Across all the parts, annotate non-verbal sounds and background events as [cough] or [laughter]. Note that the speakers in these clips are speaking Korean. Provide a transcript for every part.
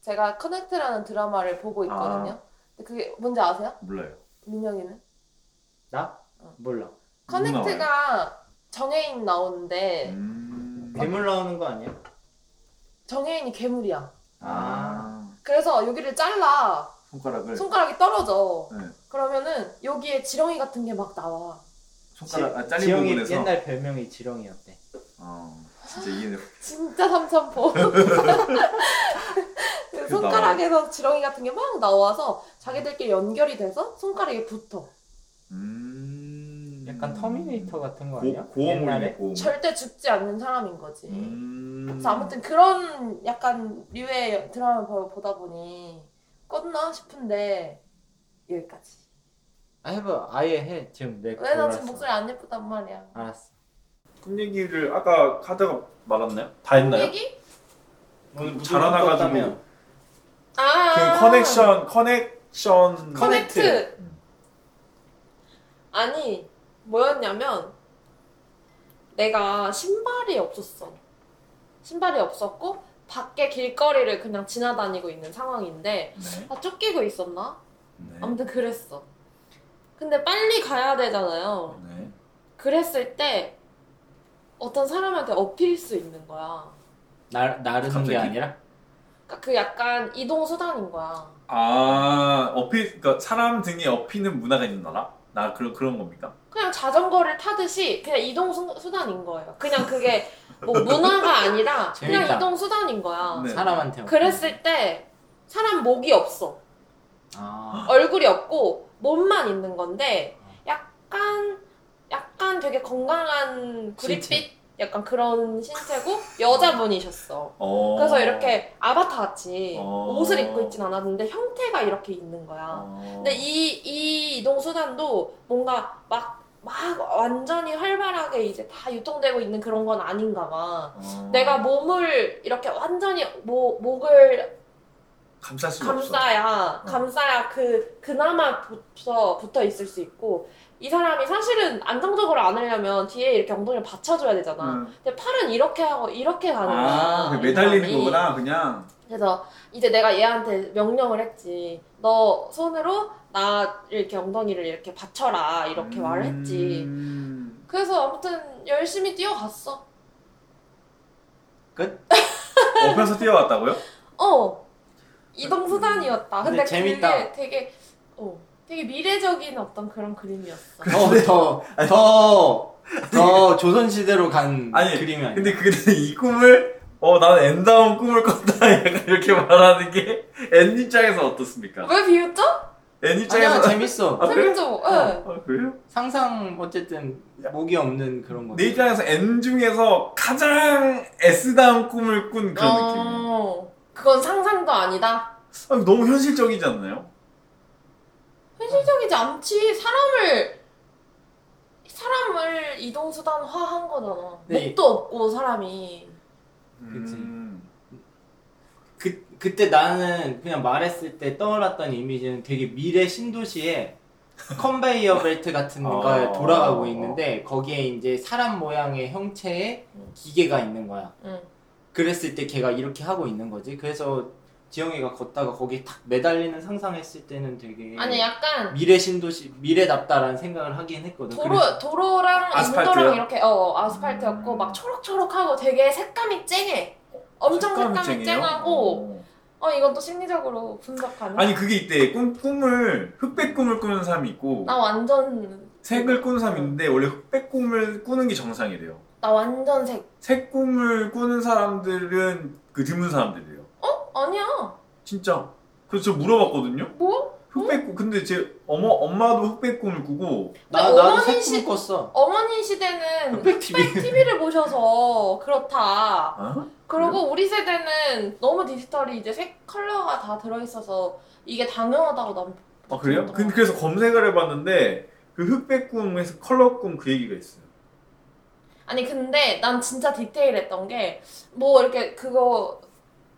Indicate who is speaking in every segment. Speaker 1: 제가 커넥트라는 드라마를 보고 있거든요.
Speaker 2: 아.
Speaker 1: 근데 그게 뭔지 아세요?
Speaker 2: 몰라요.
Speaker 1: 민영이는?
Speaker 3: 나?
Speaker 1: 어.
Speaker 3: 몰라.
Speaker 2: 누구 나와요?
Speaker 1: 커넥트가 정혜인 나오는데
Speaker 2: 음.
Speaker 3: 괴물 나오는 거 아니야?
Speaker 1: 정혜인이 괴물이야.
Speaker 2: 아.
Speaker 1: 그래서 여기를 잘라
Speaker 2: 손가락을.
Speaker 1: 손가락이 떨어져.
Speaker 2: 네.
Speaker 1: 그러면은 여기에 지렁이 같은 게 막 나와.
Speaker 2: 손가락 아,
Speaker 3: 지-
Speaker 2: 잘린
Speaker 3: 지영이
Speaker 2: 부분에서.
Speaker 3: 옛날 별명이 지렁이였대.
Speaker 2: 어. 진짜 이해는
Speaker 1: 진짜
Speaker 2: [laughs]
Speaker 1: 삼천포. [laughs] 손가락에서 지렁이 같은 게 막 나와서 자기들끼리 연결이 돼서 손가락에 붙어.
Speaker 2: 음.
Speaker 3: 약간 터미네이터 같은 거 아니야?
Speaker 2: 고 고어물이네
Speaker 3: 옛날에?
Speaker 2: 고어물.
Speaker 1: 절대 죽지 않는 사람인 거지.
Speaker 2: 음.
Speaker 1: 그래서 아무튼 그런 약간 류의 드라마를 보- 보다 보니 껐나 싶은데 여기까지.
Speaker 3: 아, 해봐. 아예 해. 지금 내
Speaker 1: 왜 나
Speaker 3: 골랐어.
Speaker 1: 지금 목소리 안 예쁘단 말이야.
Speaker 3: 알았어.
Speaker 2: 꿈그 얘기를 아까 하다가 말았나요? 다 했나요?
Speaker 1: 얘기?
Speaker 2: 오늘
Speaker 3: 뭐, 무슨
Speaker 2: 그 자라나가지고
Speaker 3: 꿈꿨다며.
Speaker 1: 아.
Speaker 2: 그 커넥션
Speaker 1: 커넥트. 음.
Speaker 2: 커넥션
Speaker 3: 커넥트.
Speaker 1: 아니 뭐였냐면 내가 신발이 없었어. 신발이 없었고 밖에 길거리를 그냥 지나다니고 있는 상황인데
Speaker 2: 네.
Speaker 1: 아 쫓기고 있었나?
Speaker 2: 네.
Speaker 1: 아무튼 그랬어. 근데 빨리 가야 되잖아요.
Speaker 2: 네.
Speaker 1: 그랬을 때 어떤 사람한테 어필 수 있는 거야.
Speaker 3: 날 나르는
Speaker 2: 갑자기?
Speaker 3: 게 아니라
Speaker 1: 그러니까 그 약간 이동 수단인 거야.
Speaker 2: 아 어필 그러니까 사람 등에 어피는 문화가 있는 나라? 나 그런 그런 겁니까?
Speaker 1: 그냥 자전거를 타듯이 그냥 이동 수- 수단인 거예요. 그냥 그게 뭐 문화가 아니라 그냥
Speaker 3: 재밌다.
Speaker 1: 이동 수단인 거야.
Speaker 2: 네.
Speaker 3: 사람한테. 없고.
Speaker 1: 그랬을 때 사람 목이 없어.
Speaker 3: 아.
Speaker 1: 얼굴이 없고 몸만 있는 건데 약간 약간 되게 건강한
Speaker 3: 신체.
Speaker 1: 구릿빛 약간 그런 신체고 여자분이셨어.
Speaker 2: 어.
Speaker 1: 그래서 이렇게 아바타 같이
Speaker 2: 어.
Speaker 1: 옷을 입고 있진 않았는데 형태가 이렇게 있는 거야.
Speaker 2: 어.
Speaker 1: 근데 이, 이 이동 수단도 뭔가 막, 막 완전히 활발하게 이제 다 유통되고 있는 그런 건 아닌가 봐.
Speaker 2: 어.
Speaker 1: 내가 몸을 이렇게 완전히 모, 목을
Speaker 2: 감쌀 수가 없어.
Speaker 1: 감싸야
Speaker 2: 어.
Speaker 1: 감싸야 그 그나마 붙어 붙어 있을 수 있고 이 사람이 사실은 안정적으로 안으려면 뒤에 이렇게 엉덩이를 받쳐줘야 되잖아.
Speaker 2: 응.
Speaker 1: 근데 팔은 이렇게 하고 이렇게 가는 거야.
Speaker 2: 음. 아, 그냥
Speaker 1: 이
Speaker 2: 매달리는
Speaker 1: 사람이.
Speaker 2: 거구나, 그냥.
Speaker 1: 그래서 이제 내가 얘한테 명령을 했지. 너 손으로 나 이렇게 엉덩이를 이렇게 받쳐라 이렇게 말을 했지.
Speaker 2: 음.
Speaker 1: 그래서 아무튼 열심히 뛰어갔어.
Speaker 2: [laughs]
Speaker 3: 끝.
Speaker 2: 업혀서 뛰어왔다고요?
Speaker 1: 어
Speaker 2: 음.
Speaker 1: 이동 수단이었다. 근데,
Speaker 3: 근데 재밌다.
Speaker 1: 그게 되게 어 되게 미래적인 어떤 그런 그림이었어.
Speaker 3: 더더더 더 조선 시대로 간
Speaker 2: 아니,
Speaker 3: 그림이 아니야.
Speaker 2: 근데 근데 [laughs] 이 꿈을 어, 나는 엔다운 꿈을 꿨다. [laughs] 약간 이렇게 말하는 게 엔 입장에서 어떻습니까?
Speaker 1: 왜 비웃죠?
Speaker 2: 엔
Speaker 3: 아니야
Speaker 2: 입장에서
Speaker 3: 재밌어.
Speaker 2: 아, 그래요?
Speaker 1: 재밌죠? 예.
Speaker 2: [laughs] 아, 그래요?
Speaker 3: 상상 어쨌든 목이 없는 그런 거.
Speaker 2: 내 입장에서 N 중에서 가장 S다운 꿈을 꾼 그런 느낌이에요.
Speaker 1: 어, 그건 상상도 아니다.
Speaker 2: 아, 너무 현실적이지 않나요?
Speaker 1: 현실적이지 않지. 사람을 사람을 이동 수단화한 거잖아.
Speaker 3: 네.
Speaker 1: 목도 없고 사람이.
Speaker 3: 그치.
Speaker 2: 음.
Speaker 3: 그 그때 나는 그냥 말했을 때 떠올랐던 이미지는 되게 미래 신도시에 컨베이어 벨트 같은 걸
Speaker 2: 어.
Speaker 3: 돌아가고 있는데 거기에 이제 사람 모양의 형체의 기계가 있는 거야.
Speaker 1: 응.
Speaker 3: 그랬을 때 걔가 이렇게 하고 있는 거지. 그래서 지영이가 걷다가 거기에 탁 매달리는 상상했을 때는
Speaker 2: 음.
Speaker 3: 되게
Speaker 1: 아니 약간
Speaker 3: 미래 신도시 미래답다라는 생각을 하긴 했거든.
Speaker 1: 도로 도로랑
Speaker 2: 아스팔트요?
Speaker 1: 인도랑 이렇게 어, 어, 아스팔트였고
Speaker 2: 음.
Speaker 1: 막 초록초록하고 되게 색감이 쨍해. 엄청 색감이,
Speaker 2: 쨍해요?
Speaker 1: 쨍하고
Speaker 2: 어.
Speaker 1: 어 이건 또 심리적으로 분석하는.
Speaker 2: 아니 그게 있대 꿈, 꿈을 흑백 꿈을 꾸는 사람이 있고
Speaker 1: 나 완전
Speaker 2: 색을 꾸는 사람이 있는데 원래 흑백 꿈을 꾸는 게 정상이래요
Speaker 1: 나 완전 색.
Speaker 2: 색 꿈을 꾸는 사람들은 그 드문 사람들이에요
Speaker 1: 어? 아니야.
Speaker 2: 진짜 그래서 저 물어봤거든요
Speaker 1: 뭐?
Speaker 2: 흑백 꿈 근데 제 어머, 엄마도 흑백 꿈을 꾸고
Speaker 3: 나
Speaker 1: 근데
Speaker 3: 나도
Speaker 1: 어머니
Speaker 3: 새
Speaker 1: 시-
Speaker 3: 꿈을 꿨어.
Speaker 1: 어머니
Speaker 2: 아,
Speaker 1: 시대는
Speaker 2: 그
Speaker 3: 흑백 TV.
Speaker 1: TV를 보셔서 그렇다.
Speaker 2: 어?
Speaker 1: 그리고 우리 세대는 너무 디지털이 이제 색 컬러가 다 들어있어서 이게 당연하다고 난.
Speaker 2: 아 그래요? 근데 그래서 검색을 해봤는데 그 흑백 꿈에서 컬러 꿈 그 얘기가 있어요
Speaker 1: 아니 근데 난 진짜 디테일했던 게 뭐 이렇게 그거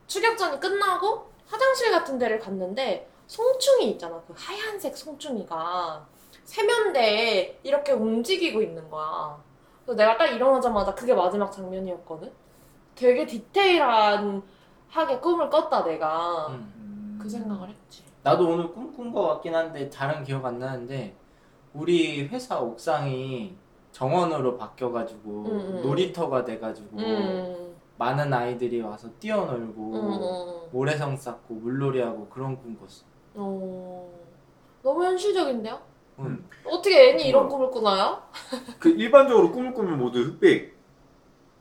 Speaker 1: 추격전이 끝나고 화장실 같은 데를 갔는데 송충이 있잖아 그 하얀색 송충이가 세면대에 이렇게 움직이고 있는 거야 그래서 내가 딱 일어나자마자 그게 마지막 장면이었거든 되게 디테일한 하게 꿈을 꿨다 내가
Speaker 3: [laughs] 음.
Speaker 1: 그 생각을 했지.
Speaker 3: 나도 오늘 꿈꾼 것 같긴 한데 잘은 기억 안 나는데 우리 회사 옥상이 정원으로 바뀌어가지고
Speaker 1: 음, 음.
Speaker 3: 놀이터가 돼가지고
Speaker 1: 음.
Speaker 3: 많은 아이들이 와서 뛰어놀고
Speaker 1: 음. 음.
Speaker 3: 모래성 쌓고 물놀이하고 그런 꿈 꿨어.
Speaker 1: 어. 너무 현실적인데요?
Speaker 3: 음.
Speaker 1: 어떻게 애니 이런 꿈을 꾸나요?
Speaker 2: 그 일반적으로 꿈을 꾸면 모두 흑백.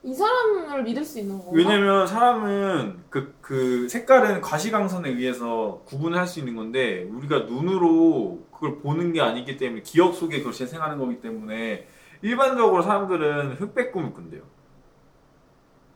Speaker 1: 이 사람을 믿을 수 있는 건가?
Speaker 2: 왜냐면 사람은 그, 그 색깔은 과시광선에 의해서 구분을 할 수 있는 건데 우리가 눈으로 그걸 보는 게 아니기 때문에 기억 속에 그걸 재생하는 거기 때문에 일반적으로 사람들은 흑백 꿈을 꾼대요.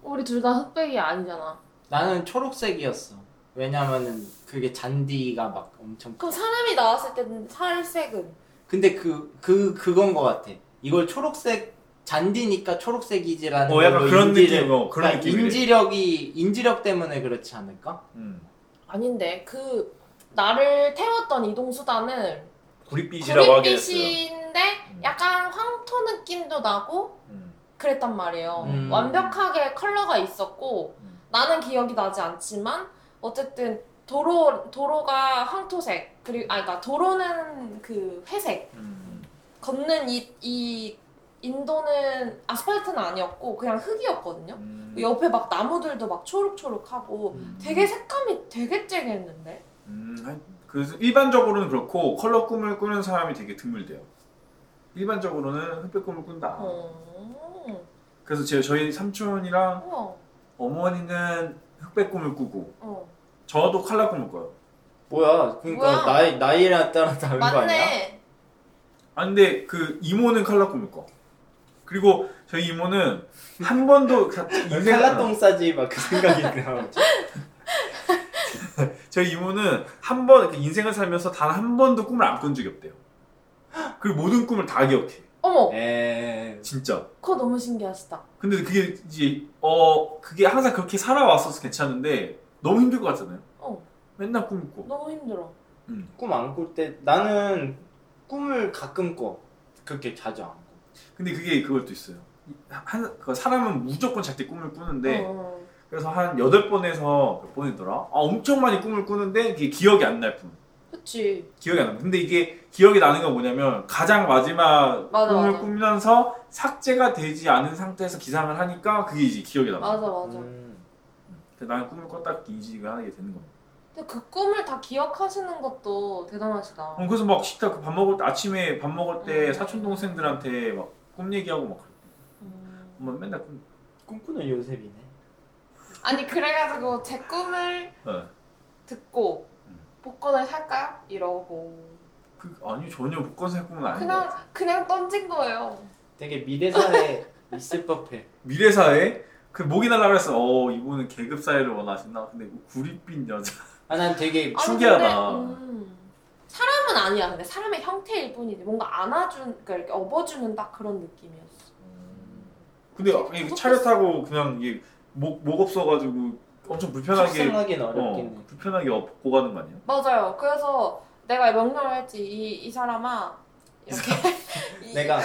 Speaker 1: 우리 둘 다 흑백이 아니잖아.
Speaker 3: 나는 초록색이었어. 왜냐면은 그게 잔디가 막 엄청.
Speaker 1: 그럼 사람이 나왔을 때 살색은?
Speaker 3: 근데 그, 그, 그건 것 같아. 이걸 초록색, 잔디니까 초록색이지라는.
Speaker 2: 어, 약간
Speaker 3: 걸로
Speaker 2: 그런
Speaker 3: 뭐 인지를-
Speaker 2: 느낌, 어, 그런
Speaker 3: 그러니까
Speaker 2: 느낌이래.
Speaker 3: 인지력이, 인지력 때문에 그렇지 않을까?
Speaker 2: 음.
Speaker 1: 아닌데 그 나를 태웠던 이동 수단을
Speaker 2: 구릿빛이라고 하게 됐어요.
Speaker 1: 구릿빛인데
Speaker 2: 음.
Speaker 1: 약간 황토 느낌도 나고
Speaker 2: 음.
Speaker 1: 그랬단 말이에요.
Speaker 3: 음.
Speaker 1: 완벽하게 컬러가 있었고
Speaker 2: 음.
Speaker 1: 나는 기억이 나지 않지만 어쨌든 도로 도로가 황토색 그리고 아 그러니까 도로는 그 회색
Speaker 2: 음.
Speaker 1: 걷는 이, 이 인도는 아스팔트는 아니었고 그냥 흙이었거든요.
Speaker 2: 음.
Speaker 1: 옆에 막 나무들도 막 초록초록하고
Speaker 3: 음.
Speaker 1: 되게 색감이 되게 쨍했는데
Speaker 2: 음, 하여- 그래서 일반적으로는 그렇고 컬러 꿈을 꾸는 사람이 되게 드물대요. 일반적으로는 흑백 꿈을 꾼다.
Speaker 1: 어.
Speaker 2: 그래서 제 저희 삼촌이랑
Speaker 1: 우와.
Speaker 2: 어머니는 흑백 꿈을 꾸고
Speaker 1: 어.
Speaker 2: 저도 칼라 꿈을 꿔요.
Speaker 3: 뭐야, 그러니까
Speaker 1: 뭐야?
Speaker 3: 나이, 나이에 따라 다른 거 아니야?
Speaker 1: 맞네.
Speaker 2: 아 근데 그 이모는 칼라 꿈을 꿔. 그리고 저희 이모는 한 번도
Speaker 3: [laughs]
Speaker 2: 가- 그 인생
Speaker 3: 칼라똥 싸지, 막 그 생각이 [laughs] 나.
Speaker 2: 저희 이모는 한 번그 인생을 살면서 단 한 번도 꿈을 안 꾼 적이 없대요. 그리고 모든 꿈을 다 기억해.
Speaker 3: 네. 예,
Speaker 1: 어머,
Speaker 3: 에
Speaker 2: 진짜.
Speaker 1: 그거 너무 신기하시다.
Speaker 2: 근데 그게 이제 어 그게 항상 그렇게 살아왔어서 괜찮은데 너무 힘들 것 같잖아요.
Speaker 1: 어.
Speaker 2: 맨날 꿈을 꿔.
Speaker 1: 너무 힘들어.
Speaker 2: 음.
Speaker 3: 꿈안 꿀 때, 나는 꿈을 가끔 꿔. 그렇게 자주 안 꿔.
Speaker 2: 근데 그게 그것도 있어요. 한, 그 사람은 무조건 잘 때 꿈을
Speaker 3: 네.
Speaker 2: 꾸는데
Speaker 1: 어.
Speaker 2: 그래서 한 8번에서 몇 번이더라? 아, 엄청 많이 꿈을 꾸는데 이게 기억이 안 날 뿐.
Speaker 1: 그치.
Speaker 2: 기억이 안 나. 근데 이게 기억이 나는 건 뭐냐면 가장 마지막
Speaker 1: 맞아,
Speaker 2: 꿈을
Speaker 1: 맞아.
Speaker 2: 꾸면서 삭제가 되지 않은 상태에서 기상을 하니까 그게 이제 기억이 남아.
Speaker 1: 맞아, 맞아.
Speaker 3: 음.
Speaker 2: 그래서 나는 꿈을 꿨다 인지가 하게 되는 거야.
Speaker 1: 근데 그 꿈을 다 기억하시는 것도 대단하시다.
Speaker 2: 어, 그래서 막 식탁 그밥 먹을 때 아침에 밥 먹을 때
Speaker 1: 음.
Speaker 2: 사촌 동생들한테 막 꿈 얘기하고 막 그래.
Speaker 1: 음.
Speaker 2: 엄마 맨날 꿈.
Speaker 3: 꿈꾸는 요셉이네.
Speaker 1: 아니, 그래가지고 제 꿈을
Speaker 2: 어.
Speaker 1: 듣고
Speaker 2: 음.
Speaker 1: 복권을 살까요? 이러고.
Speaker 2: 그 아니 전혀 복권 살 꿈은 아닌 것 같아.
Speaker 1: 그냥, 그냥 던진 거예요.
Speaker 3: 되게
Speaker 1: [laughs]
Speaker 3: 미래사에 있을 법해.
Speaker 2: 미래사에 그 목이 날라 그랬어. 어 이분은 계급 사회를 원하시나? 근데 이거 구릿빛 여자.
Speaker 3: 아, 난 되게
Speaker 1: 아니,
Speaker 2: 신기하다.
Speaker 1: 근데, 음, 사람은 아니야. 근데 사람의 형태일 뿐이지. 뭔가 안아준, 그러니까 이렇게 업어주는 딱 그런 느낌이었어. 음,
Speaker 2: 근데 이게 차를 타고 그냥 이게 목, 목 없어가지고 엄청 불편하게
Speaker 3: 속상하긴 어렵겠네.
Speaker 2: 어, 불편하게 업고 가는 거 아니에요?
Speaker 1: 맞아요. 그래서 내가 명령을 했지. 이, 이 사람아.
Speaker 2: [laughs]
Speaker 1: 이렇게. 이-
Speaker 3: 내가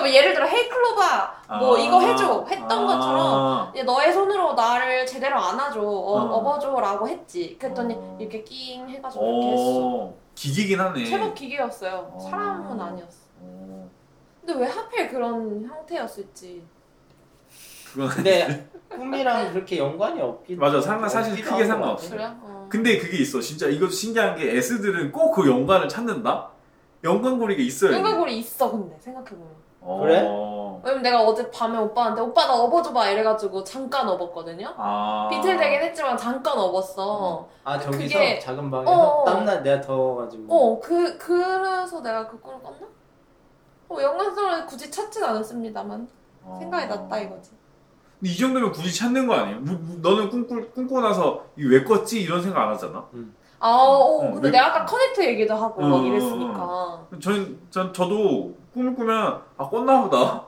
Speaker 1: 그러니까 예를 들어 [laughs] 헤이 클로바 뭐
Speaker 2: 아,
Speaker 1: 이거 해줘 했던
Speaker 2: 아,
Speaker 1: 것처럼 이제 너의 손으로 나를 제대로 안아줘 어,
Speaker 2: 어.
Speaker 1: 업어줘라고 했지 그랬더니
Speaker 2: 어.
Speaker 1: 이렇게 낑 해가지고 이렇게 했어
Speaker 2: 어, 기기긴 하네.
Speaker 1: 제법 기계였어요
Speaker 2: 어.
Speaker 1: 사람은 아니었어
Speaker 2: 어,
Speaker 1: 근데 왜 하필 그런 형태였을지
Speaker 2: 그건
Speaker 3: 근데 꿈이랑 그렇게 연관이 없긴
Speaker 2: 맞아, 상관- 사실
Speaker 3: 없기도
Speaker 2: 크게
Speaker 3: 한 것
Speaker 2: 상관없어.
Speaker 3: 같아.
Speaker 1: 그래요? 어.
Speaker 2: 네. 근데 그게 있어. 진짜 이것도 신기한 게 S들은 꼭 그 연관을 찾는다. 연관고리가 있어요.
Speaker 1: 그 생각으로 있어 근데 생각해보면
Speaker 2: 어.
Speaker 3: 그래?
Speaker 1: 왜냐면 내가 어제 밤에 오빠한테 오빠 나 업어줘봐 이래가지고 잠깐 업었거든요
Speaker 2: 아.
Speaker 1: 비틀 되긴 했지만 잠깐 업었어
Speaker 3: 아 저기서
Speaker 1: 그게-
Speaker 3: 작은 방에
Speaker 1: 어어.
Speaker 3: 땀나 내가 더워가지고
Speaker 1: 어, 그, 그래서 내가 그 꿈을 꿨나? 어, 연관성을 굳이 찾진 않았습니다만,
Speaker 2: 어.
Speaker 1: 생각이 났다 이거지.
Speaker 2: 근데 이 정도면 굳이 찾는 거 아니에요? 무- 무- 너는 꿈꾸, 꿈꾸고 나서 이왜 꿨지? 이런 생각 안 하잖아.
Speaker 1: 아, 어,
Speaker 2: 어,
Speaker 1: 근데
Speaker 2: 왜-
Speaker 1: 내가 아까 커넥트 얘기도 하고
Speaker 2: 어,
Speaker 1: 막 이랬으니까.
Speaker 2: 전, 전, 저도 꿈을 꾸면, 아, 꿨나 보다. 아,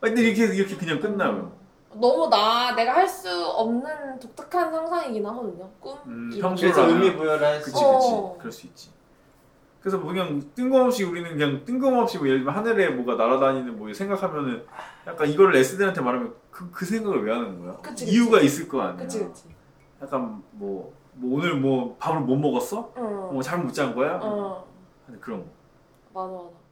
Speaker 2: 근데 이렇게, 이렇게 그냥 끝나요.
Speaker 1: 너무 나, 내가 할 수 없는 독특한 상상이긴 하거든요, 꿈.
Speaker 2: 음,
Speaker 1: 이런
Speaker 2: 평소에
Speaker 1: 게.
Speaker 3: 그래서
Speaker 2: 그러면-
Speaker 3: 의미 부여를 할
Speaker 2: 그치,
Speaker 3: 수.
Speaker 2: 그치.
Speaker 1: 어.
Speaker 2: 그럴 수 있지. 그래서 뭐 그냥 뜬금없이 우리는 그냥 뜬금없이 뭐 예를 들면 하늘에 뭐가 날아다니는 뭐 생각하면은 약간 이거를 S들한테 말하면 그, 그 생각을 왜 하는 거야?
Speaker 1: 그치, 그치.
Speaker 2: 이유가 있을 거 아니야.
Speaker 1: 그치, 그치.
Speaker 2: 약간 뭐, 뭐 오늘 뭐 밥을 못 먹었어?
Speaker 1: 응.
Speaker 2: 뭐 잘 못 잔 거야?
Speaker 1: 어.
Speaker 2: 하는 그런 거.
Speaker 1: 맞아 맞아.